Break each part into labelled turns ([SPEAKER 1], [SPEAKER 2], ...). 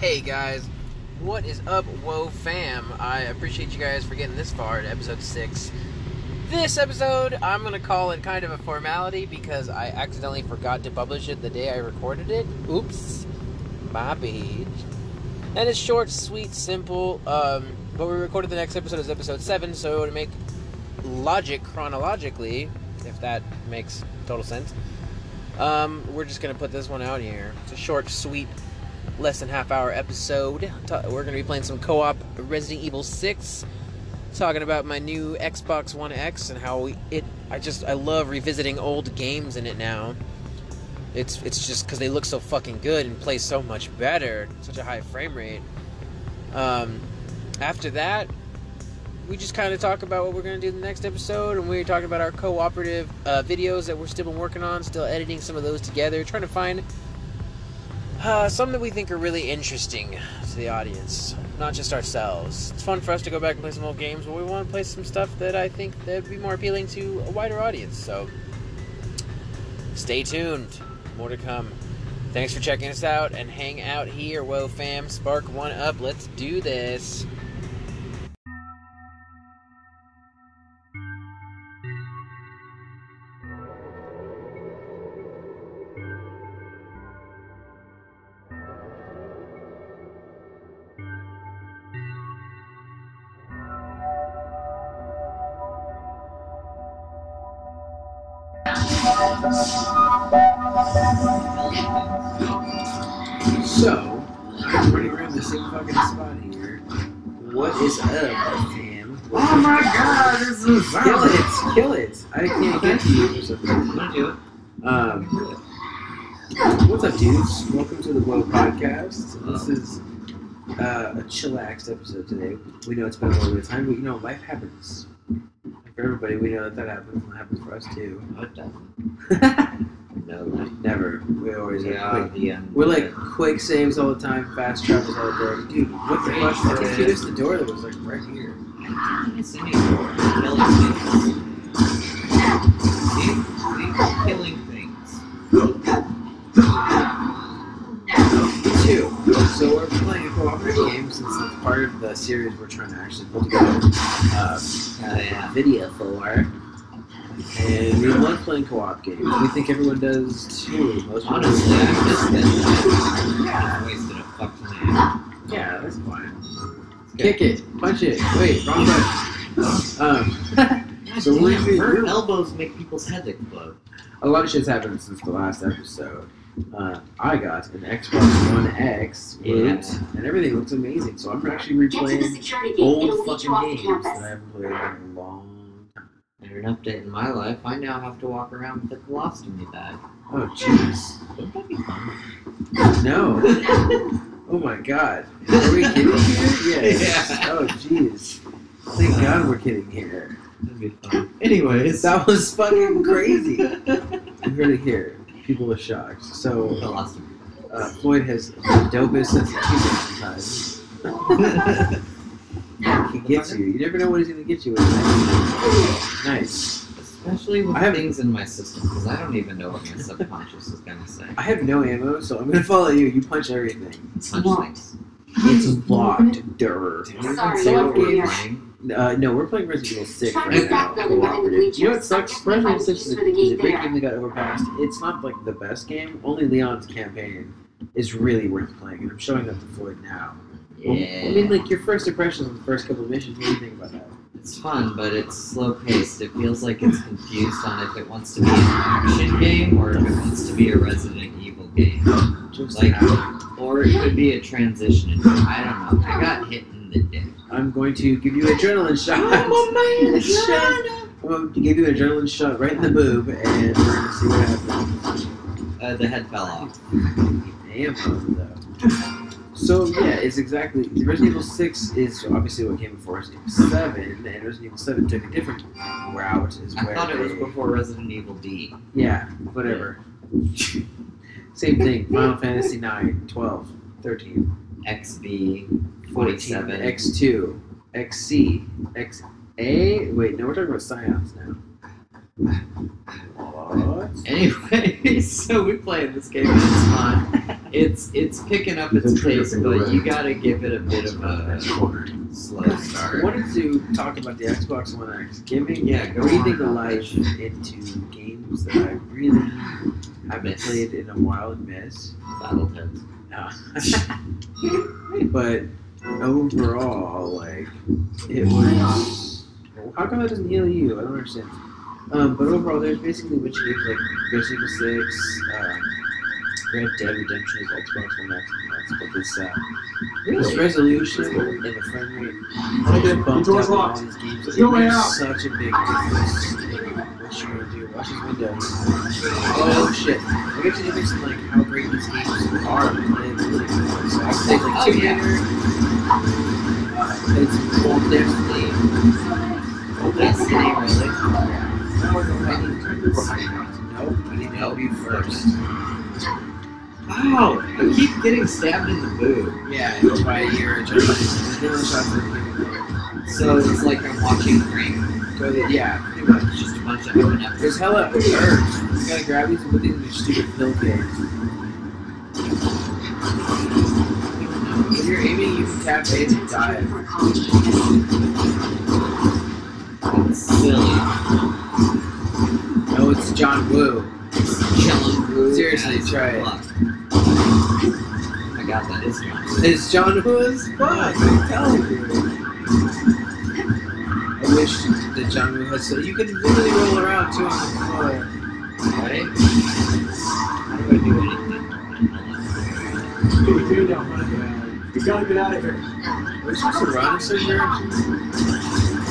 [SPEAKER 1] Hey guys, what is up, Whoa fam? I appreciate you guys for getting this far to episode 6. This episode, I'm gonna call it kind of a formality because I accidentally forgot to publish it the day I recorded it. Oops, my bad. And it's short, sweet, simple, um, but we recorded the next episode as episode 7, so it would make logic chronologically, if that makes total sense. Um, we're just gonna put this one out here. It's a short, sweet, less than half hour episode. Ta- We're gonna be playing some co-op Resident Evil Six, talking about my new Xbox One X and how we, it. I just I love revisiting old games in it now. It's it's just because they look so fucking good and play so much better, such a high frame rate. Um, after that, we just kind of talk about what we're going to do in the next episode, and we're talking about our cooperative uh, videos that we're still been working on, still editing some of those together, trying to find uh, some that we think are really interesting to the audience, not just ourselves. It's fun for us to go back and play some old games, but we want to play some stuff that I think that'd be more appealing to a wider audience. So stay tuned, more to come. Thanks for checking us out and hang out here, whoa fam. Spark one up, let's do this. So, I'm running around the same fucking spot here. What is up, fam?
[SPEAKER 2] Oh my god, this is
[SPEAKER 1] Kill it! Kill it! I can't get to you for some reason. Don't do it. Um, what's up, dudes? Welcome to the Woe Podcast. This is uh, a chillaxed episode today. We know it's been a little bit of time, but you know, life happens. Like for everybody, we know that that happens, and it happens for us too.
[SPEAKER 2] What the? No.
[SPEAKER 1] Never. We always are
[SPEAKER 2] Yeah,
[SPEAKER 1] quick.
[SPEAKER 2] the end.
[SPEAKER 1] We're like quick saves all the time, fast travels all the time. Dude, what the fuck? I just noticed the door that was like right here.
[SPEAKER 2] It's anymore. Killing things. Keep, keep killing things.
[SPEAKER 1] Two. So we're playing cooperative games, and it's part of the series we're trying to actually put together uh,
[SPEAKER 2] Oh yeah.
[SPEAKER 1] a video for. And we love playing co-op games. We think everyone does too. Most people do.
[SPEAKER 2] Honestly, I missed that. I wasted a fuck ton
[SPEAKER 1] Yeah, that's fine. Kick it, punch it. Wait, wrong button. Um,
[SPEAKER 2] of
[SPEAKER 1] So
[SPEAKER 2] So
[SPEAKER 1] we're-
[SPEAKER 2] her
[SPEAKER 1] we're-
[SPEAKER 2] elbows make people's heads explode.
[SPEAKER 1] a lot of shit's happened since the last episode. Uh, I got an Xbox One X,
[SPEAKER 2] Yeah.
[SPEAKER 1] It, and everything looks amazing. So I'm actually
[SPEAKER 3] Get to the
[SPEAKER 1] replaying
[SPEAKER 3] security gate. It'll
[SPEAKER 1] old
[SPEAKER 3] lead you off
[SPEAKER 1] fucking games that I
[SPEAKER 3] campus.
[SPEAKER 1] haven't played in a long time.
[SPEAKER 2] And an update in my life, I now have to walk around with a colostomy bag.
[SPEAKER 1] Oh jeez.
[SPEAKER 2] Wouldn't that be fun?
[SPEAKER 1] No. oh my god. Are we kidding here? Yes.
[SPEAKER 2] Yeah.
[SPEAKER 1] Oh jeez. Thank God we're kidding here.
[SPEAKER 2] That'd be fun. Anyways.
[SPEAKER 1] That was fucking crazy. You heard it here. People are shocked. So
[SPEAKER 2] Colostomy.
[SPEAKER 1] uh, Floyd has the dopest sense of humor sometimes. He gets you. You never know what he's gonna get you with. Nice.
[SPEAKER 2] Especially with
[SPEAKER 1] I have-
[SPEAKER 2] things in my system, because I don't even know what my subconscious is going to say.
[SPEAKER 1] I have no ammo, so I'm gonna follow you. You punch everything.
[SPEAKER 2] Punch things.
[SPEAKER 1] It's locked, durr.
[SPEAKER 2] Do you
[SPEAKER 3] Sorry,
[SPEAKER 2] even say what
[SPEAKER 3] what were
[SPEAKER 2] we're
[SPEAKER 3] you-
[SPEAKER 2] playing?
[SPEAKER 1] Uh, no, we're playing Resident Evil 6
[SPEAKER 3] Try
[SPEAKER 1] right
[SPEAKER 2] that
[SPEAKER 1] now.
[SPEAKER 3] building within the
[SPEAKER 1] Cooperative. You know what
[SPEAKER 3] bleachers.
[SPEAKER 1] sucks? Resident Evil 6 is
[SPEAKER 3] Just
[SPEAKER 1] a,
[SPEAKER 3] for the
[SPEAKER 1] is a
[SPEAKER 3] game
[SPEAKER 1] great
[SPEAKER 3] there.
[SPEAKER 1] game that got overpassed. It's not like the best game. Only Leon's campaign is really worth playing, and I'm showing that to Floyd now.
[SPEAKER 2] Yeah.
[SPEAKER 1] Well, I mean, like, your first impressions on the first couple of missions, what do you think about that?
[SPEAKER 2] it's fun, but it's slow paced. It feels like it's confused on if it wants to be an action game or if it wants to be a Resident Evil game.
[SPEAKER 1] Just
[SPEAKER 2] Like-
[SPEAKER 1] how-
[SPEAKER 2] Or it could be a transition. into- I don't know. I got hit in the dick.
[SPEAKER 1] I'm going to give you an adrenaline shot.
[SPEAKER 2] man,
[SPEAKER 1] I'm going to give you an adrenaline shot right in the boob, and we're going to see what happens.
[SPEAKER 2] Uh, the head fell off.
[SPEAKER 1] Ammo, though. So yeah, it's exactly Resident Evil Six is obviously what came before Resident Evil Seven, and Resident Evil Seven took a different route. Is
[SPEAKER 2] I
[SPEAKER 1] where
[SPEAKER 2] thought it was
[SPEAKER 1] they-
[SPEAKER 2] before Resident Evil D.
[SPEAKER 1] yeah, whatever. Same thing. Final Fantasy 9, 12, 13, 14,
[SPEAKER 2] XB 47.
[SPEAKER 1] X two, XC, XA. Wait, no, we're talking about Scions now. What?
[SPEAKER 2] Anyway, so we play this game and it's fun. It's it's picking up its pace, but you gotta give it a bit of a slow
[SPEAKER 1] I
[SPEAKER 2] start.
[SPEAKER 1] wanted to talk about the Xbox One X, giving
[SPEAKER 2] Yeah, go
[SPEAKER 1] breathing
[SPEAKER 2] on.
[SPEAKER 1] life into games that I really haven't
[SPEAKER 2] Miss.
[SPEAKER 1] played in a while and miss.
[SPEAKER 2] Battletoads.
[SPEAKER 1] Uh, but overall, like it was. How come that doesn't heal you? I don't understand. Um, but overall, there's basically what you did, like Resident Evil Six, um, Red Dead Redemption is Xbox One X, and that's but this uh, this resolution and the frame rate. I get bumped up
[SPEAKER 4] door's
[SPEAKER 1] in all
[SPEAKER 4] locked.
[SPEAKER 1] these games.
[SPEAKER 4] There's
[SPEAKER 1] It
[SPEAKER 4] no way out.
[SPEAKER 1] makes such a big difference. What you gonna do? Watch his window. Oh shit! I get to do this like how great these games are. I'm playing really good. So I played like
[SPEAKER 2] Oh,
[SPEAKER 1] two
[SPEAKER 2] yeah.
[SPEAKER 1] Uh, played some Cold Destiny.
[SPEAKER 2] That's really
[SPEAKER 1] I need to turn this Nope, I need to help you first.
[SPEAKER 2] Wow, I keep getting stabbed in the boob.
[SPEAKER 1] Yeah, that's why you're a journalist. You're a journalist.
[SPEAKER 2] So it's like I'm watching Frank.
[SPEAKER 1] Go there. Yeah, pretty much.
[SPEAKER 2] It's just a bunch of open up.
[SPEAKER 1] There's hella herbs. You gotta grab these and put these in your stupid pill case. When you're aiming, you can tap A and dive.
[SPEAKER 2] It's silly.
[SPEAKER 1] No, it's John Woo.
[SPEAKER 2] Killing Woo
[SPEAKER 1] Seriously,
[SPEAKER 2] as
[SPEAKER 1] try it.
[SPEAKER 2] fuck. I got that. It's John Woo.
[SPEAKER 1] It's John Woo as fuck. I'm telling you. I wish that John Woo had so you could literally roll around too on the floor.
[SPEAKER 2] Right? How do I do anything?
[SPEAKER 4] Dude, dude, no, we gotta get out of here.
[SPEAKER 1] Are we supposed to run in certain directions?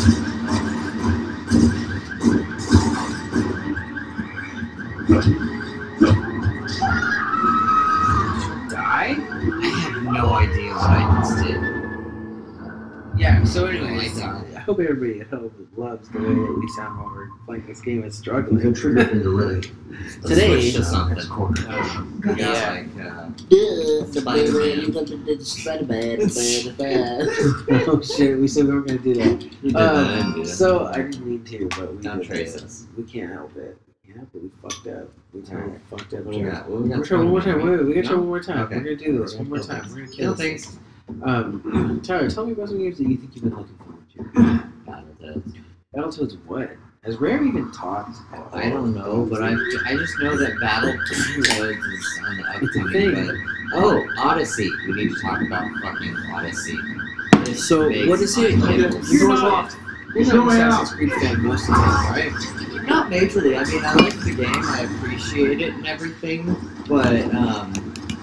[SPEAKER 1] Die?
[SPEAKER 2] I have no idea what I just did.
[SPEAKER 1] Yeah, so
[SPEAKER 2] I
[SPEAKER 1] anyways,
[SPEAKER 2] died.
[SPEAKER 1] I hope everybody at home loves the way that we sound while we're playing this game and
[SPEAKER 3] You can
[SPEAKER 1] struggling.
[SPEAKER 3] trigger finger ready.
[SPEAKER 2] Let's
[SPEAKER 1] Today-
[SPEAKER 2] switch to something.
[SPEAKER 3] corner.
[SPEAKER 2] We got
[SPEAKER 1] Yeah.
[SPEAKER 2] like, uh,
[SPEAKER 1] oh shit, we said we weren't gonna do that.
[SPEAKER 2] you
[SPEAKER 1] Um,
[SPEAKER 2] did that, didn't you?
[SPEAKER 1] So I didn't mean to, but we
[SPEAKER 2] Don't
[SPEAKER 1] did
[SPEAKER 2] trace
[SPEAKER 1] that.
[SPEAKER 2] us.
[SPEAKER 1] We can't help it. We can't help it. We fucked up. We totally
[SPEAKER 2] Alright.
[SPEAKER 1] fucked up.
[SPEAKER 2] What we got? What we
[SPEAKER 1] We're
[SPEAKER 2] got?
[SPEAKER 1] gonna try one more time. Wait, wait, we gotta try
[SPEAKER 2] No?
[SPEAKER 1] one more time.
[SPEAKER 2] Okay.
[SPEAKER 1] We're gonna do this one more time. We're gonna kill
[SPEAKER 2] Kill
[SPEAKER 1] this.
[SPEAKER 2] things.
[SPEAKER 1] Um, Tyler, tell me about some games that you think you've been looking forward to.
[SPEAKER 2] Battletoads.
[SPEAKER 1] Battletoads, what? Has Rare even talked? at all?
[SPEAKER 2] I don't know, but I I just know that Battletoads is on the
[SPEAKER 1] It's a
[SPEAKER 2] upcoming.
[SPEAKER 1] thing.
[SPEAKER 2] But oh, Odyssey. We need to talk about fucking Odyssey. This
[SPEAKER 1] So,
[SPEAKER 2] makes
[SPEAKER 1] what is
[SPEAKER 2] my
[SPEAKER 1] it?
[SPEAKER 4] Okay,
[SPEAKER 2] nipples
[SPEAKER 4] the door's locked.
[SPEAKER 1] You're
[SPEAKER 4] There's
[SPEAKER 1] not
[SPEAKER 4] no
[SPEAKER 1] an
[SPEAKER 4] way
[SPEAKER 1] Assassin's
[SPEAKER 4] out.
[SPEAKER 1] Creed fan most of the time, right?
[SPEAKER 2] Not majorly. I mean, I like the game. I appreciate it and everything. But um,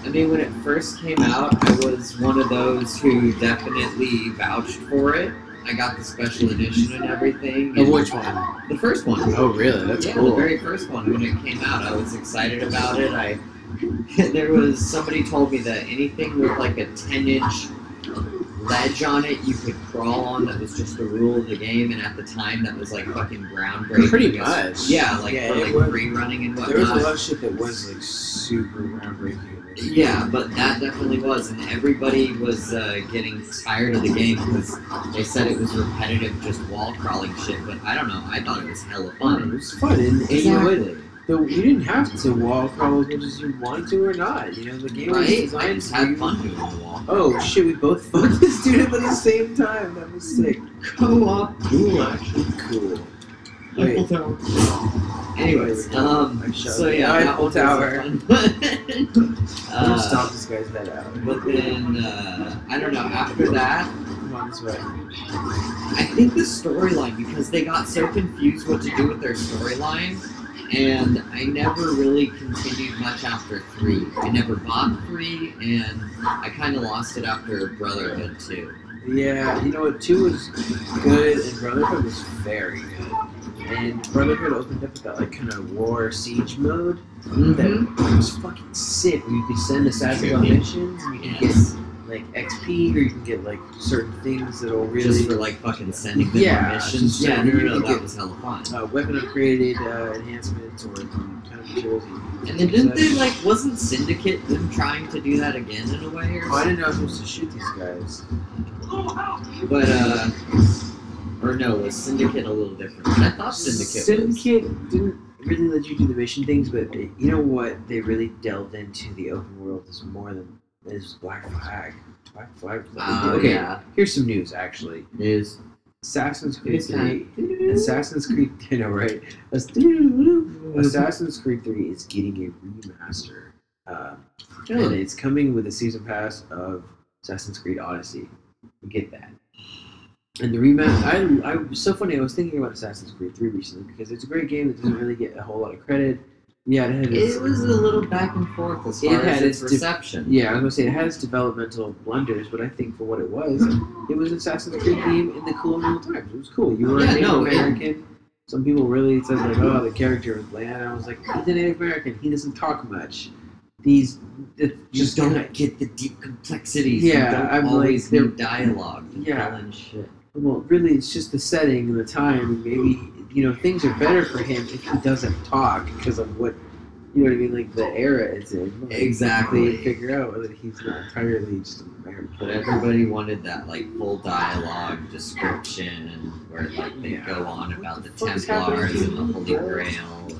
[SPEAKER 2] I mean, when it first came out, I was one of those who definitely vouched for it. I got the special edition and everything.
[SPEAKER 1] Of
[SPEAKER 2] and
[SPEAKER 1] which one?
[SPEAKER 2] The first one.
[SPEAKER 1] Oh, really? That's
[SPEAKER 2] yeah, the
[SPEAKER 1] cool.
[SPEAKER 2] very first one when it came out, I was excited about it. I there was somebody told me that anything with like a ten inch ledge on it you could crawl on that was just the rule of the game and at the time that was like fucking groundbreaking.
[SPEAKER 1] Pretty
[SPEAKER 2] It's-
[SPEAKER 1] much.
[SPEAKER 2] yeah, like
[SPEAKER 1] Yeah,
[SPEAKER 2] for
[SPEAKER 1] it
[SPEAKER 2] like
[SPEAKER 1] was-
[SPEAKER 2] free running and
[SPEAKER 1] There was a
[SPEAKER 2] whatnot.
[SPEAKER 1] lot of shit that was like super groundbreaking.
[SPEAKER 2] Yeah, but that definitely was, and everybody was uh, getting tired of the game because they said it was repetitive, just wall crawling shit. But I don't know. I thought it was hella
[SPEAKER 1] It
[SPEAKER 2] fun.
[SPEAKER 1] was fun, and, and you know what? The, you didn't have to wall crawl as much as you wanted to or not. You know, the game was
[SPEAKER 2] Right? I
[SPEAKER 1] designed
[SPEAKER 2] just
[SPEAKER 1] for
[SPEAKER 2] had
[SPEAKER 1] you.
[SPEAKER 2] fun doing the wall.
[SPEAKER 1] Oh shit, we both fucked this dude up at the same time. That was sick.
[SPEAKER 2] Co-op
[SPEAKER 1] Cool, actually. Cool. Wait,
[SPEAKER 2] Anyways, um,
[SPEAKER 1] I'm shut
[SPEAKER 2] so
[SPEAKER 1] up.
[SPEAKER 2] yeah,
[SPEAKER 1] Alright,
[SPEAKER 2] that
[SPEAKER 1] full
[SPEAKER 2] was a
[SPEAKER 1] tower.
[SPEAKER 2] fun one.
[SPEAKER 1] I'm gonna
[SPEAKER 2] uh,
[SPEAKER 1] stomp this guy's head out.
[SPEAKER 2] but then uh, I don't know. After that,
[SPEAKER 1] Come on, this way.
[SPEAKER 2] I think the storyline because they got so confused what to do with their storyline, and I never really continued much after three. I never bought three, and I kind of lost it after Brotherhood too.
[SPEAKER 1] Yeah, you know what? Two was good, and Brotherhood was very good. And Brotherhood opened up that like kind of war siege mode
[SPEAKER 2] Mm-hmm.
[SPEAKER 1] that was fucking sick. Where you could send assassins on missions, and you could
[SPEAKER 2] Yes,
[SPEAKER 1] get like XP, or you can get like certain things that'll
[SPEAKER 2] just
[SPEAKER 1] really
[SPEAKER 2] for like fucking sending them
[SPEAKER 1] Yeah,
[SPEAKER 2] on missions.
[SPEAKER 1] just
[SPEAKER 2] Yeah,
[SPEAKER 1] so you
[SPEAKER 2] no, no, no,
[SPEAKER 1] can
[SPEAKER 2] that
[SPEAKER 1] get-
[SPEAKER 2] was hella fun.
[SPEAKER 1] uh, weapon upgraded uh, enhancements or kind of materials. you can
[SPEAKER 2] And then didn't they
[SPEAKER 1] possess.
[SPEAKER 2] like wasn't Syndicate them trying to do that again in a way or
[SPEAKER 1] Oh, I didn't know I was supposed to shoot these guys.
[SPEAKER 2] But uh Or no, was Syndicate a little different? I thought Syndicate. was.
[SPEAKER 1] Syndicate didn't really let you do the mission things, but you know what? They really delved into the open world is more than is Black Flag. Black Flag.
[SPEAKER 2] Oh,
[SPEAKER 1] okay,
[SPEAKER 2] yeah.
[SPEAKER 1] here's some news actually.
[SPEAKER 2] Is
[SPEAKER 1] Assassin's Creed
[SPEAKER 2] it's
[SPEAKER 1] 3.
[SPEAKER 2] not-
[SPEAKER 1] Assassin's Creed. You know, right? Assassin's Creed 3 is getting a remaster. Uh, And
[SPEAKER 2] Really?
[SPEAKER 1] it's coming with a season pass of Assassin's Creed Odyssey. We get that. And the remaster, I, I it's so funny. I was thinking about Assassin's Creed 3 recently because it's a great game that doesn't really get a whole lot of credit. Yeah, it had its,
[SPEAKER 2] It was a little back and forth as
[SPEAKER 1] It
[SPEAKER 2] far
[SPEAKER 1] had
[SPEAKER 2] as
[SPEAKER 1] its
[SPEAKER 2] its
[SPEAKER 1] dif-
[SPEAKER 2] reception.
[SPEAKER 1] yeah, I was gonna say it had its developmental blunders, but I think for what it was, it was an Assassin's Creed game in the colonial times. It was cool. You were a
[SPEAKER 2] Yeah,
[SPEAKER 1] Native
[SPEAKER 2] no, and-
[SPEAKER 1] American. Some people really said like, "Oh, the character was bland." I was like, "He's a Native American. He doesn't talk much." These, the,
[SPEAKER 2] You just don't get the deep complexities.
[SPEAKER 1] Yeah,
[SPEAKER 2] you don't
[SPEAKER 1] I'm like,
[SPEAKER 2] always
[SPEAKER 1] they're-
[SPEAKER 2] need dialogue. to
[SPEAKER 1] Yeah.
[SPEAKER 2] fill in shit.
[SPEAKER 1] Well, really, it's just the setting and the time, and maybe you know things are better for him if he doesn't talk because of what you know what I mean, like the era it's in. Like,
[SPEAKER 2] Exactly.
[SPEAKER 1] They figure out that he's not entirely just an American.
[SPEAKER 2] But everybody wanted that like full dialogue description where like they
[SPEAKER 1] Yeah.
[SPEAKER 2] go on about the
[SPEAKER 1] fuck is
[SPEAKER 2] Templars
[SPEAKER 1] happening?
[SPEAKER 2] and the Holy Grail. And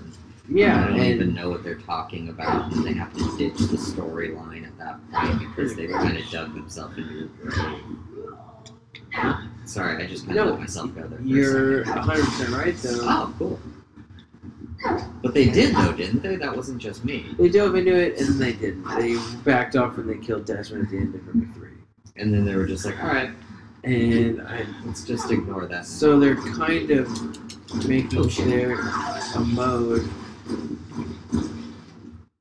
[SPEAKER 1] Yeah,
[SPEAKER 2] I don't
[SPEAKER 1] and
[SPEAKER 2] even know what they're talking about, and they have to ditch the storyline at that point because they've kind of dug themselves into a grave. Sorry, I just kind of
[SPEAKER 1] No,
[SPEAKER 2] let myself go there. For a
[SPEAKER 1] you're
[SPEAKER 2] second.
[SPEAKER 1] 100 percent right though.
[SPEAKER 2] Oh, cool. But they did though, didn't they? That wasn't just me.
[SPEAKER 1] They dove into it and then they didn't. They backed off when they killed Desmond at the end of number three,
[SPEAKER 2] And then they were just like, all right,
[SPEAKER 1] and I,
[SPEAKER 2] let's just ignore that.
[SPEAKER 1] so they're kind of making there a mode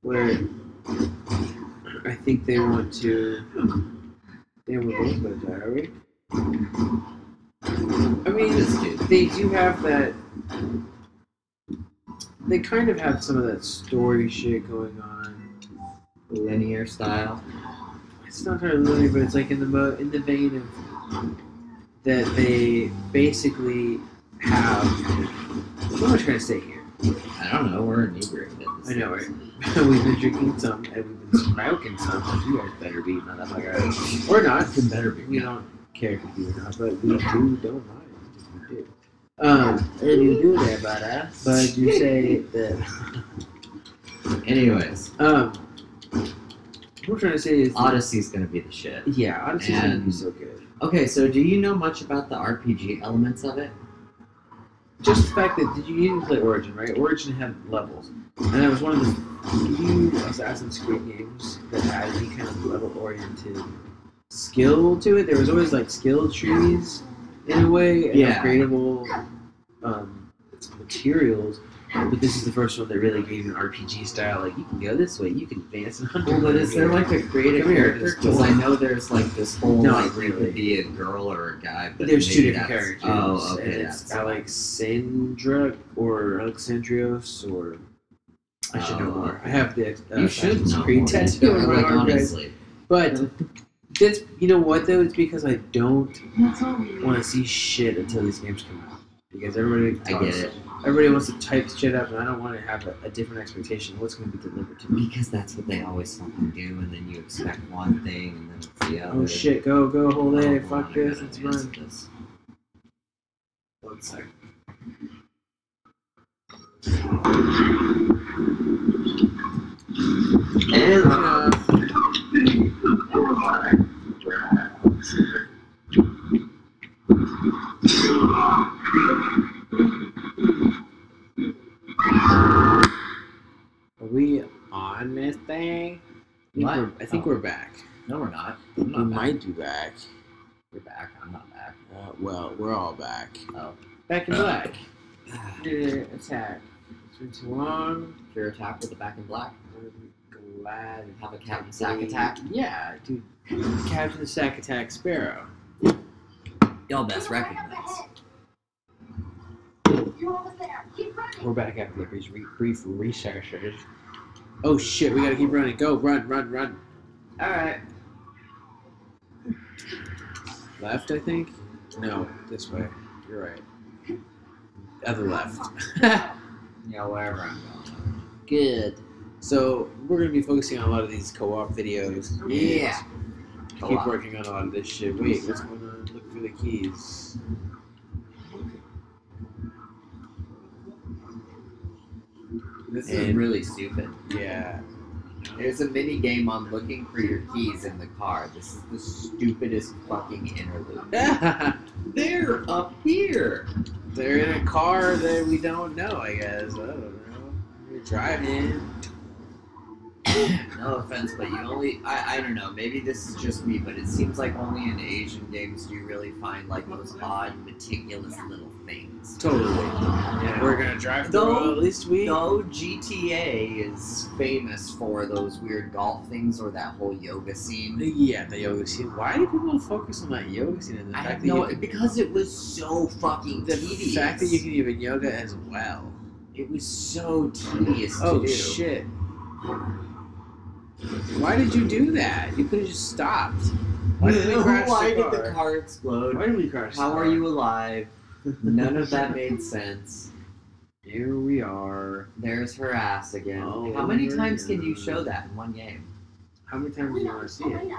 [SPEAKER 1] where I think they want to. Damn, we're both going to die, are we? I mean,
[SPEAKER 2] This dude.
[SPEAKER 1] they do have that. They kind of have some of that story shit going on.
[SPEAKER 2] linear style.
[SPEAKER 1] It's not hard literally, but it's like in the mo- in the vein of that they basically have. What am I trying to say here?
[SPEAKER 2] I don't know. We're inebriated.
[SPEAKER 1] I know, right? we've been drinking some and we've been smoking some. You guys better be motherfucker, or not.
[SPEAKER 2] It better be.
[SPEAKER 1] We don't care if you do or not, but we do don't mind if you do. Um, and you do that about us, but you say that.
[SPEAKER 2] Anyways,
[SPEAKER 1] Um, what I'm trying to say is,
[SPEAKER 2] Odyssey's gonna be the shit.
[SPEAKER 1] yeah, Odyssey's gonna be
[SPEAKER 2] And-
[SPEAKER 1] so good.
[SPEAKER 2] Okay, so do you know much about the RPG elements of it?
[SPEAKER 1] just the fact that did you didn't play Origin, right? Origin had levels, and that was one of the few Assassin's Creed games that had any kind of level-oriented skill to it. There was always like skill trees in a way, and
[SPEAKER 2] Yeah.
[SPEAKER 1] upgradable um, materials. But this is the first one that really gave you an RPG style. Like you can go this way, you can advance. and
[SPEAKER 2] Well, but is there like a creative
[SPEAKER 1] Come here,
[SPEAKER 2] character? Because I know there's like this whole
[SPEAKER 1] No,
[SPEAKER 2] like you
[SPEAKER 1] really.
[SPEAKER 2] could be a girl or a guy, but
[SPEAKER 1] There's two
[SPEAKER 2] maybe
[SPEAKER 1] different
[SPEAKER 2] that's-
[SPEAKER 1] characters.
[SPEAKER 2] Oh, okay,
[SPEAKER 1] and
[SPEAKER 2] that's
[SPEAKER 1] it's Alexandra or Alexandrios or I should know
[SPEAKER 2] Oh.
[SPEAKER 1] more. I have the uh,
[SPEAKER 2] you should
[SPEAKER 1] Assassin's
[SPEAKER 2] know.
[SPEAKER 1] Creed
[SPEAKER 2] more.
[SPEAKER 1] tattoo on my
[SPEAKER 2] like,
[SPEAKER 1] arm, guys.
[SPEAKER 2] honestly,
[SPEAKER 1] But that's you know what though? It's because I don't
[SPEAKER 3] That's all we
[SPEAKER 1] want to see shit until these games come out. Because everybody
[SPEAKER 2] I
[SPEAKER 1] talks-
[SPEAKER 2] get it
[SPEAKER 1] everybody wants to type shit up, and I don't want to have a, a different expectation of what's going to be delivered to me.
[SPEAKER 2] because that's what they always fucking do, and then you expect one thing, and then it's the other.
[SPEAKER 1] Oh shit! Go go! Hold
[SPEAKER 2] Oh,
[SPEAKER 1] it! Fuck
[SPEAKER 2] I
[SPEAKER 1] this!
[SPEAKER 2] gotta
[SPEAKER 1] Let's
[SPEAKER 2] answer
[SPEAKER 1] run.
[SPEAKER 2] this. One sec.
[SPEAKER 1] And, uh, Are we on this thing? I think,
[SPEAKER 2] What?
[SPEAKER 1] we're, I think
[SPEAKER 2] Oh.
[SPEAKER 1] we're back.
[SPEAKER 2] No, we're not.
[SPEAKER 1] We
[SPEAKER 2] I'm not back.
[SPEAKER 1] might be back.
[SPEAKER 2] You're back. I'm not back.
[SPEAKER 1] Uh, well, we're all back.
[SPEAKER 2] Oh.
[SPEAKER 1] Back in black. Did it attack. It's been too long.
[SPEAKER 2] Fear attack with the back in black.
[SPEAKER 1] I'm glad.
[SPEAKER 2] Have a cat and sack attack.
[SPEAKER 1] Yeah, dude. Captain Sack Attack Sparrow.
[SPEAKER 2] Y'all best recognize.
[SPEAKER 3] You're almost there. Keep running.
[SPEAKER 1] We're back after the brief, brief researchers. Oh shit, we gotta keep running. Go, run, run, run.
[SPEAKER 2] Alright.
[SPEAKER 1] Left, I think? No, this way. You're right. Other left.
[SPEAKER 2] Yeah, wherever I'm going.
[SPEAKER 1] Good. So, we're gonna be focusing on a lot of these co op videos. and
[SPEAKER 2] Yeah.
[SPEAKER 1] Keep working on a lot of this shit. Wait, what's going on? Look for the keys.
[SPEAKER 2] This is
[SPEAKER 1] And-
[SPEAKER 2] really stupid.
[SPEAKER 1] Yeah.
[SPEAKER 2] There's a mini game on looking for your keys in the car. This is the stupidest fucking interlude. They're up here.
[SPEAKER 1] They're in a car that we don't know, I guess. I don't know. You're driving.
[SPEAKER 2] No offense, but you only I, I don't know, maybe this is just me, but it seems like only in Asian games do you really find like those odd, meticulous little things.
[SPEAKER 1] Totally. We're gonna drive through
[SPEAKER 2] No.
[SPEAKER 1] at least we
[SPEAKER 2] No, GTA is famous for those weird golf things or that whole yoga scene.
[SPEAKER 1] Yeah, the yoga scene. Why do people focus on that yoga scene and the
[SPEAKER 2] I
[SPEAKER 1] fact
[SPEAKER 2] have
[SPEAKER 1] that you
[SPEAKER 2] no
[SPEAKER 1] can,
[SPEAKER 2] because it was so fucking
[SPEAKER 1] the
[SPEAKER 2] tedious.
[SPEAKER 1] fact that you can even yoga as well?
[SPEAKER 2] It was so tedious to
[SPEAKER 1] Oh
[SPEAKER 2] do.
[SPEAKER 1] shit. Why did you do that? You could have just stopped. Why did we crash
[SPEAKER 2] Why
[SPEAKER 1] the
[SPEAKER 2] did the
[SPEAKER 1] car?
[SPEAKER 2] car explode?
[SPEAKER 1] Why did we crash? the
[SPEAKER 2] How
[SPEAKER 1] car?
[SPEAKER 2] are you alive? None of that made sense.
[SPEAKER 1] Here we are.
[SPEAKER 2] There's her ass again.
[SPEAKER 1] Oh,
[SPEAKER 2] How many
[SPEAKER 1] her
[SPEAKER 2] times can you
[SPEAKER 1] ass.
[SPEAKER 2] show that in one game?
[SPEAKER 1] How many times do you want to see it?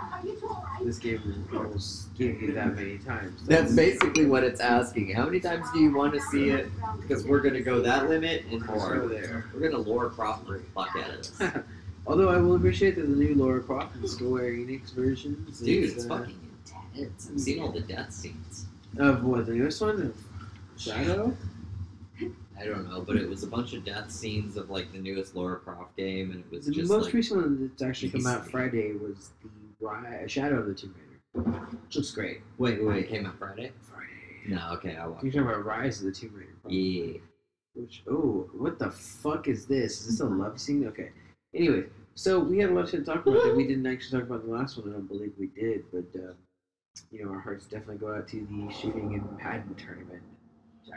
[SPEAKER 1] This game almost gave you that many times.
[SPEAKER 2] That's basically what it's asking. How many times do you want to see it? Because we're gonna go that limit and
[SPEAKER 1] So
[SPEAKER 2] more.
[SPEAKER 1] there.
[SPEAKER 2] We're gonna lore proper the fuck out of this.
[SPEAKER 1] Although I will appreciate that the new Laura Croft and Square Enix versions
[SPEAKER 2] Dude,
[SPEAKER 1] is,
[SPEAKER 2] it's
[SPEAKER 1] uh,
[SPEAKER 2] fucking intense. I've seen all the death scenes.
[SPEAKER 1] of what the newest one of Shadow.
[SPEAKER 2] I don't know, but it was a bunch of death scenes of like the newest Laura Croft game, and it was
[SPEAKER 1] The
[SPEAKER 2] just
[SPEAKER 1] most
[SPEAKER 2] like
[SPEAKER 1] recent one that's actually come out
[SPEAKER 2] Beast.
[SPEAKER 1] Friday was the Ri- Shadow of the Tomb Raider. Which looks great.
[SPEAKER 2] wait, wait, wait, it came out Friday.
[SPEAKER 1] Friday.
[SPEAKER 2] No, okay, I watched.
[SPEAKER 1] You're talking about Rise of the Tomb Raider. probably.
[SPEAKER 2] Yeah,
[SPEAKER 1] Which oh, what the fuck is this? Is this a love scene? Okay. Anyways, so we had a lot to talk about that we didn't actually talk about in the last one. I don't believe we did, but uh, you know our hearts definitely go out to the shooting and Madden tournament.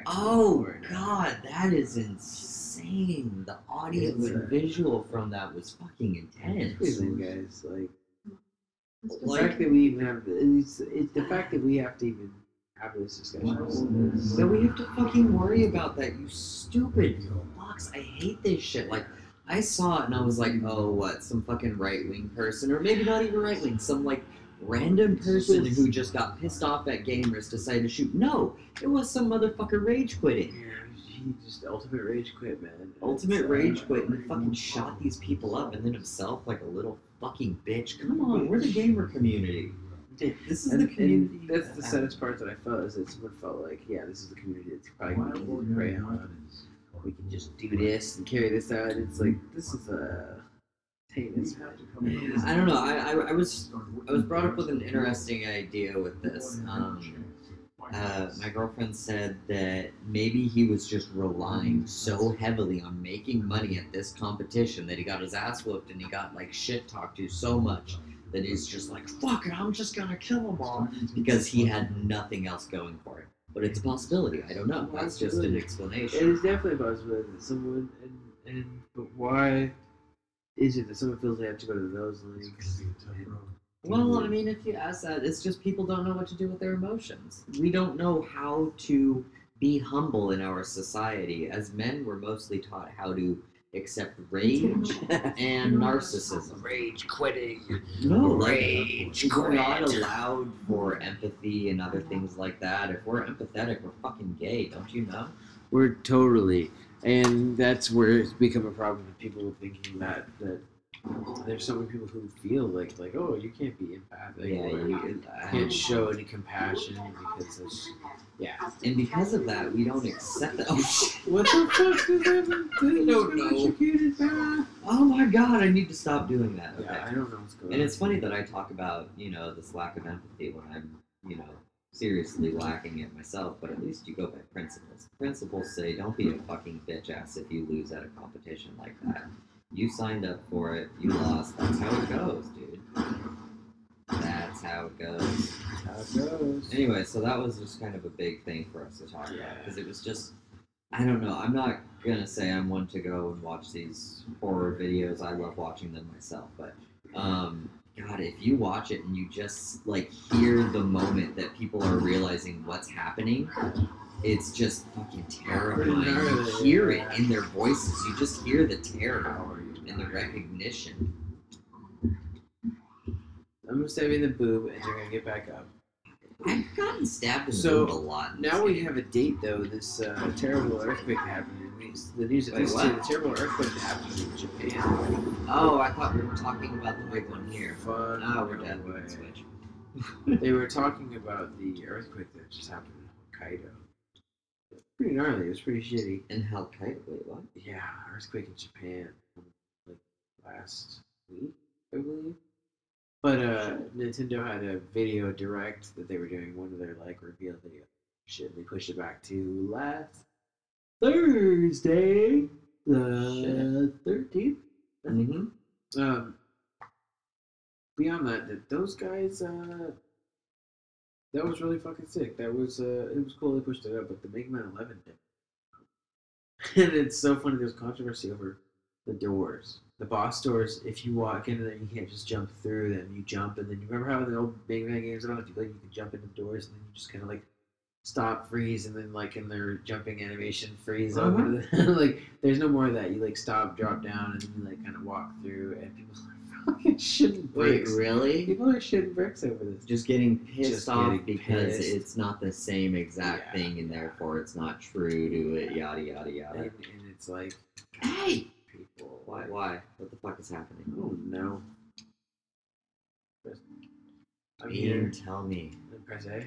[SPEAKER 2] Oh
[SPEAKER 1] Right now.
[SPEAKER 2] god, that is insane. The audio
[SPEAKER 1] It's,
[SPEAKER 2] and
[SPEAKER 1] uh,
[SPEAKER 2] visual from that was fucking intense.
[SPEAKER 1] Listen, guys, like the fact
[SPEAKER 2] Like,
[SPEAKER 1] that we even have it's, it's the fact that we have to even have this discussion. is-
[SPEAKER 2] so we have to fucking worry about that, you stupid box. I hate this shit. Like, I saw it and I was like, oh, what? Some fucking right wing person, or maybe not even right wing, some like random person who just got pissed off at gamers decided to shoot. No, it was some motherfucker rage quitting.
[SPEAKER 1] he just ultimate rage quit, man. It's,
[SPEAKER 2] Ultimate
[SPEAKER 1] uh,
[SPEAKER 2] rage quit and fucking shot these people up and then himself like a little fucking bitch. Come on, we're the gamer community. This is
[SPEAKER 1] And,
[SPEAKER 2] the
[SPEAKER 1] and
[SPEAKER 2] community.
[SPEAKER 1] that's the saddest part that I felt is that someone felt like, yeah, this is the community that's probably going to be prey on. We can just do this and carry this out. It's like this is a heinous.
[SPEAKER 2] I don't know. I, I, I was I was brought up with an interesting idea with this. Um, uh, my girlfriend said that maybe he was just relying so heavily on making money at this competition that he got his ass whooped and he got like shit talked to so much that he's just like fuck it, I'm just gonna kill them all because he had nothing else going for it. But it's a possibility. I don't know. That's just an
[SPEAKER 1] It
[SPEAKER 2] explanation.
[SPEAKER 1] is definitely a possibility that someone and and but why is it that someone feels they have to go to those links?
[SPEAKER 2] Well, I mean, if you ask that, it's just people don't know what to do with their emotions. We don't know how to be humble in our society. As men, we're mostly taught how to accept rage and narcissism.
[SPEAKER 5] Rage quitting.
[SPEAKER 2] No,
[SPEAKER 5] Rage
[SPEAKER 2] like, we're not
[SPEAKER 5] quit.
[SPEAKER 2] allowed for empathy and other things like that. If we're empathetic, we're fucking gay, don't you know?
[SPEAKER 1] We're totally, and that's where it's become a problem with people thinking that that there's so many people who feel like like oh you can't be empathic
[SPEAKER 2] Yeah,
[SPEAKER 1] or
[SPEAKER 2] you,
[SPEAKER 1] I
[SPEAKER 2] uh,
[SPEAKER 1] can't show any compassion because it's yeah.
[SPEAKER 2] and because of that, we don't accept that. Oh, shit.
[SPEAKER 1] What the fuck did that?
[SPEAKER 2] I don't know. oh my god, I need to stop doing that. Okay.
[SPEAKER 1] Yeah, I don't know what's going
[SPEAKER 2] And
[SPEAKER 1] on.
[SPEAKER 2] it's funny that I talk about, you know, this lack of empathy when I'm, you know, seriously lacking it myself, but at least you go by principles. Principles say don't be a fucking bitch ass if you lose at a competition like that. You signed up for it, you lost. That's how it goes, dude. That's how it goes.
[SPEAKER 1] how it goes.
[SPEAKER 2] Anyway, so that was just kind of a big thing for us to talk about because it was just, I don't know. I'm not gonna say I'm one to go and watch these horror videos. I love watching them myself, but um, God, if you watch it and you just like hear the moment that people are realizing what's happening, it's just fucking terrifying. You hear it in their voices. You just hear the terror and the recognition.
[SPEAKER 1] I'm gonna stab you in the boob, and you're gonna get back up.
[SPEAKER 2] I've gotten stabbed in the
[SPEAKER 1] So,
[SPEAKER 2] boob a lot. in this
[SPEAKER 1] Now we
[SPEAKER 2] game.
[SPEAKER 1] have a date though. This uh, terrible earthquake happened released. The news
[SPEAKER 2] Wait,
[SPEAKER 1] released
[SPEAKER 2] what?
[SPEAKER 1] to the terrible earthquake that happened in Japan.
[SPEAKER 2] Oh, I thought we were talking about the big one here.
[SPEAKER 1] Fun.
[SPEAKER 2] Oh, we're
[SPEAKER 1] no
[SPEAKER 2] done with
[SPEAKER 1] way.
[SPEAKER 2] that switch.
[SPEAKER 1] Ah, They were talking about the earthquake that just happened in Hokkaido. Pretty gnarly. It was pretty shitty.
[SPEAKER 2] And Hellkite, wait, what?
[SPEAKER 1] Yeah, earthquake in Japan, like last week, I believe. But uh, Nintendo had a video direct that they were doing one of their like reveal video shit. and They pushed it back to last Thursday, the thirteenth. I think.
[SPEAKER 2] Mm-hmm.
[SPEAKER 1] Um, beyond that, th- those guys, uh, that was really fucking sick. That was, uh, it was cool they pushed it up, but the Mega Man 11 did. and it's so funny, there's controversy over the doors. The boss doors, if you walk in there, you can't just jump through them. You jump, and then you remember how in the old Mega Man games, I don't know if you played, you could jump into the doors, and then you just kind of like stop, freeze, and then like in their jumping animation, freeze
[SPEAKER 2] Uh-huh.
[SPEAKER 1] over the like. There's no more of that. You like stop, drop down, and then you like kind of walk through, and people are fucking shitting
[SPEAKER 2] Wait,
[SPEAKER 1] bricks.
[SPEAKER 2] really?
[SPEAKER 1] People are shitting bricks over this.
[SPEAKER 2] Just getting pissed
[SPEAKER 1] Just
[SPEAKER 2] off
[SPEAKER 1] getting
[SPEAKER 2] because
[SPEAKER 1] pissed.
[SPEAKER 2] it's not the same exact
[SPEAKER 1] Yeah.
[SPEAKER 2] thing and therefore it's not true to it, yada, yada,
[SPEAKER 1] And,
[SPEAKER 2] yada.
[SPEAKER 1] and it's like
[SPEAKER 2] Hey!
[SPEAKER 1] people.
[SPEAKER 2] Why?
[SPEAKER 1] like,
[SPEAKER 2] Why? What the fuck is
[SPEAKER 1] I
[SPEAKER 2] happening?
[SPEAKER 1] don't know. I'm
[SPEAKER 2] Ian,
[SPEAKER 1] here.
[SPEAKER 2] tell me.
[SPEAKER 1] Press A.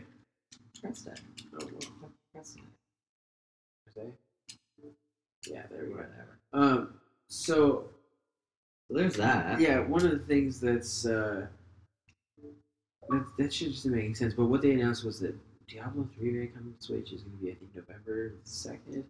[SPEAKER 2] Press that.
[SPEAKER 1] Oh well.
[SPEAKER 2] Press that.
[SPEAKER 1] Press A. Yeah, there we go.
[SPEAKER 2] Whatever.
[SPEAKER 1] Um. So
[SPEAKER 2] So there's that.
[SPEAKER 1] Yeah, one of the things that's uh, that that shit just didn't make any sense. But what they announced was that Diablo three may come to Switch is going to be I think November second.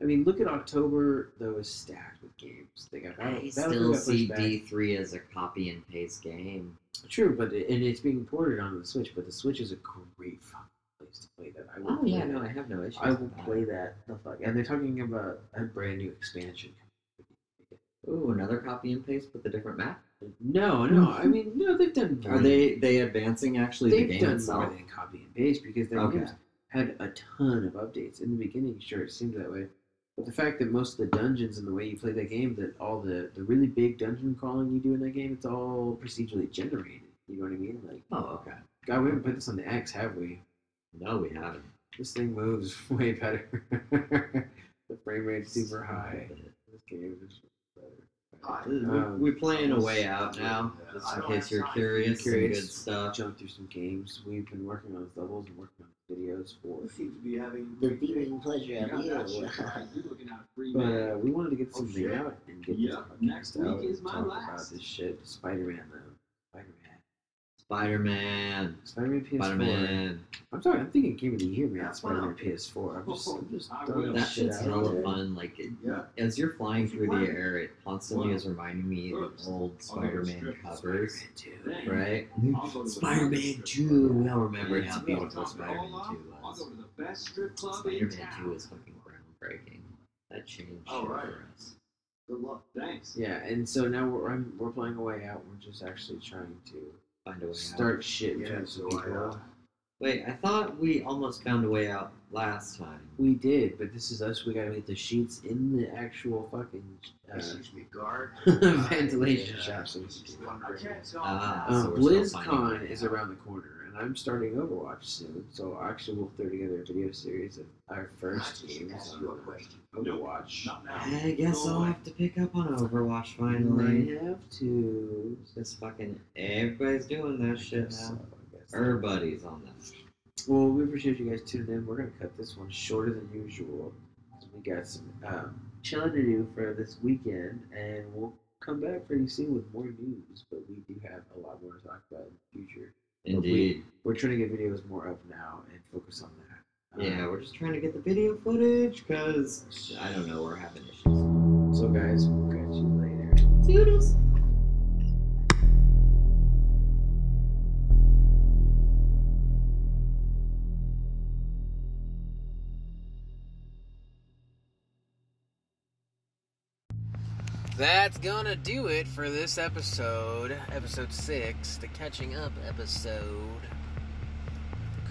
[SPEAKER 1] I mean, look at October though is stacked with games. They got
[SPEAKER 2] I
[SPEAKER 1] Battle-
[SPEAKER 2] still
[SPEAKER 1] Battlefield got
[SPEAKER 2] see
[SPEAKER 1] pushed back.
[SPEAKER 2] D3 as a copy and paste game.
[SPEAKER 1] True, but it, and it's being ported onto the Switch. But the Switch is a great fucking place to play that. I will
[SPEAKER 2] Oh,
[SPEAKER 1] play
[SPEAKER 2] yeah,
[SPEAKER 1] that.
[SPEAKER 2] no, I have no issues.
[SPEAKER 1] I will
[SPEAKER 2] with that.
[SPEAKER 1] play that the fuck. And they're talking about a brand new expansion.
[SPEAKER 2] Ooh, another copy and paste with a different map.
[SPEAKER 1] No, no, I mean no, they've done.
[SPEAKER 2] Mm-hmm. Are they they advancing actually
[SPEAKER 1] They've
[SPEAKER 2] the game
[SPEAKER 1] done
[SPEAKER 2] itself?
[SPEAKER 1] more than copy and paste because their
[SPEAKER 2] Okay.
[SPEAKER 1] games had a ton of updates in the beginning. Sure, it seemed that way, but the fact that most of the dungeons and the way you play that game, that all the the really big dungeon crawling you do in that game, it's all procedurally generated. You know what I mean? Like,
[SPEAKER 2] Oh, okay.
[SPEAKER 1] God, we haven't put this on the X, have we?
[SPEAKER 2] No, we haven't.
[SPEAKER 1] This thing moves way better. the frame rate's super high. This game is better. Um,
[SPEAKER 2] We're playing a way out now,
[SPEAKER 4] I
[SPEAKER 2] just in
[SPEAKER 4] don't
[SPEAKER 2] case
[SPEAKER 4] have
[SPEAKER 2] you're
[SPEAKER 4] time.
[SPEAKER 2] curious. Some good
[SPEAKER 1] Curious.
[SPEAKER 2] stuff.
[SPEAKER 1] Jump through some games. We've been working on doubles and working on videos for
[SPEAKER 4] Who seems to be having
[SPEAKER 6] The viewing pleasure
[SPEAKER 4] You
[SPEAKER 6] of
[SPEAKER 4] got that
[SPEAKER 6] you.
[SPEAKER 4] shit right. You're looking at a free
[SPEAKER 1] But
[SPEAKER 4] man.
[SPEAKER 1] uh, we wanted to get
[SPEAKER 4] Oh,
[SPEAKER 1] something
[SPEAKER 4] shit.
[SPEAKER 1] out and get
[SPEAKER 4] Yeah,
[SPEAKER 1] this
[SPEAKER 4] next
[SPEAKER 1] podcast
[SPEAKER 4] week
[SPEAKER 1] out
[SPEAKER 4] is
[SPEAKER 1] and
[SPEAKER 4] my
[SPEAKER 1] talk
[SPEAKER 4] last.
[SPEAKER 1] about this shit. Spider-Man though. Spider-Man.
[SPEAKER 2] Spider Man.
[SPEAKER 1] Spider-Man PS4.
[SPEAKER 2] Spider Man.
[SPEAKER 1] I'm sorry. I'm thinking Game of the Year, man.
[SPEAKER 4] That's
[SPEAKER 1] Spider-Man
[SPEAKER 4] fine.
[SPEAKER 1] PS4. I'm just, I'm just
[SPEAKER 4] Oh, I
[SPEAKER 1] throwing
[SPEAKER 4] will.
[SPEAKER 1] that
[SPEAKER 2] That
[SPEAKER 1] shit
[SPEAKER 2] shit's
[SPEAKER 1] out.
[SPEAKER 2] hella
[SPEAKER 1] there.
[SPEAKER 2] fun. Like, it,
[SPEAKER 4] Yeah.
[SPEAKER 2] as you're flying through the air, it constantly
[SPEAKER 4] Wow.
[SPEAKER 2] is reminding me of
[SPEAKER 4] Oops. Oh,
[SPEAKER 2] old
[SPEAKER 4] I'll go to
[SPEAKER 2] Spider
[SPEAKER 4] the
[SPEAKER 2] Man
[SPEAKER 4] strip.
[SPEAKER 2] covers,
[SPEAKER 4] Dang.
[SPEAKER 2] right?
[SPEAKER 4] I'll go to the
[SPEAKER 2] Spider Man
[SPEAKER 4] strip
[SPEAKER 2] 2.
[SPEAKER 4] club.
[SPEAKER 2] We all remember
[SPEAKER 4] Yeah,
[SPEAKER 2] how
[SPEAKER 4] it's
[SPEAKER 2] beautiful
[SPEAKER 4] real.
[SPEAKER 2] Spider Man 2
[SPEAKER 4] Coca-Cola. I'll
[SPEAKER 2] was.
[SPEAKER 4] go to the best strip club
[SPEAKER 2] Spider
[SPEAKER 4] in
[SPEAKER 2] Man
[SPEAKER 4] town.
[SPEAKER 2] 2 was fucking groundbreaking. That changed
[SPEAKER 4] Oh,
[SPEAKER 2] shit
[SPEAKER 4] right.
[SPEAKER 2] for us.
[SPEAKER 4] Good luck. Thanks.
[SPEAKER 1] Yeah, and so now we're I'm, we're playing a way out. We're just actually trying to
[SPEAKER 2] Find a way out.
[SPEAKER 1] start shit in
[SPEAKER 4] Yeah,
[SPEAKER 1] terms of
[SPEAKER 4] so I,
[SPEAKER 1] people.
[SPEAKER 4] uh,
[SPEAKER 2] Wait, I thought we almost found a way out last time.
[SPEAKER 1] We did, but this is us. We gotta get the sheets in the actual fucking uh,
[SPEAKER 6] Excuse me, guard.
[SPEAKER 1] ventilation
[SPEAKER 6] Yeah.
[SPEAKER 1] shafts. so we can
[SPEAKER 6] Just
[SPEAKER 1] do it.
[SPEAKER 6] wondering.
[SPEAKER 4] Okay, so
[SPEAKER 2] Ah,
[SPEAKER 1] Uh,
[SPEAKER 2] so we're still finding a
[SPEAKER 1] BlizzCon
[SPEAKER 2] way
[SPEAKER 1] is
[SPEAKER 2] out.
[SPEAKER 1] around the corner, and I'm starting Overwatch soon, so actually we'll throw together a video series of our first
[SPEAKER 6] I just
[SPEAKER 1] games
[SPEAKER 6] asked
[SPEAKER 1] on
[SPEAKER 6] you a question.
[SPEAKER 1] Overwatch.
[SPEAKER 4] not now.
[SPEAKER 2] I guess I'll have to pick up on Overwatch finally.
[SPEAKER 1] I have to.
[SPEAKER 2] Just fucking everybody's doing that shit now.
[SPEAKER 1] So, I guess.
[SPEAKER 2] Everybody's on that.
[SPEAKER 1] Er, Well, we appreciate you guys tuning in. We're gonna cut this one shorter than usual. 'cause We got some um, chilling to do for this weekend, and we'll come back pretty soon with more news. But we do have a lot more to talk about in the future.
[SPEAKER 2] Indeed.
[SPEAKER 1] We're trying to get videos more up now and focus on that. Um,
[SPEAKER 2] Yeah, we're just trying to get the video footage because I don't know, we're having issues.
[SPEAKER 1] So, guys, we'll catch you later.
[SPEAKER 2] Toodles.
[SPEAKER 5] That's gonna do it for this episode, episode six, the catching up episode,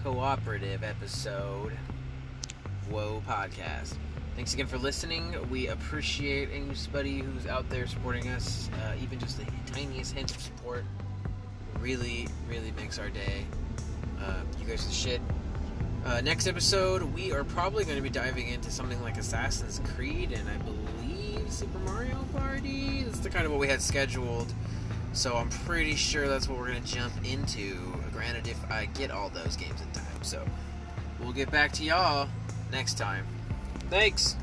[SPEAKER 5] cooperative episode, Whoa Podcast. Thanks again for listening. We appreciate anybody who's out there supporting us, uh, even just the tiniest hint of support. Really, really makes our day. Uh, you guys are the shit. Uh, next episode, we are probably going to be diving into something like Assassin's Creed and I believe Super Mario Party. That's the kind of what we had scheduled. So I'm pretty sure that's what we're going to jump into. Granted, if I get all those games in time. So we'll get back to y'all next time. Thanks.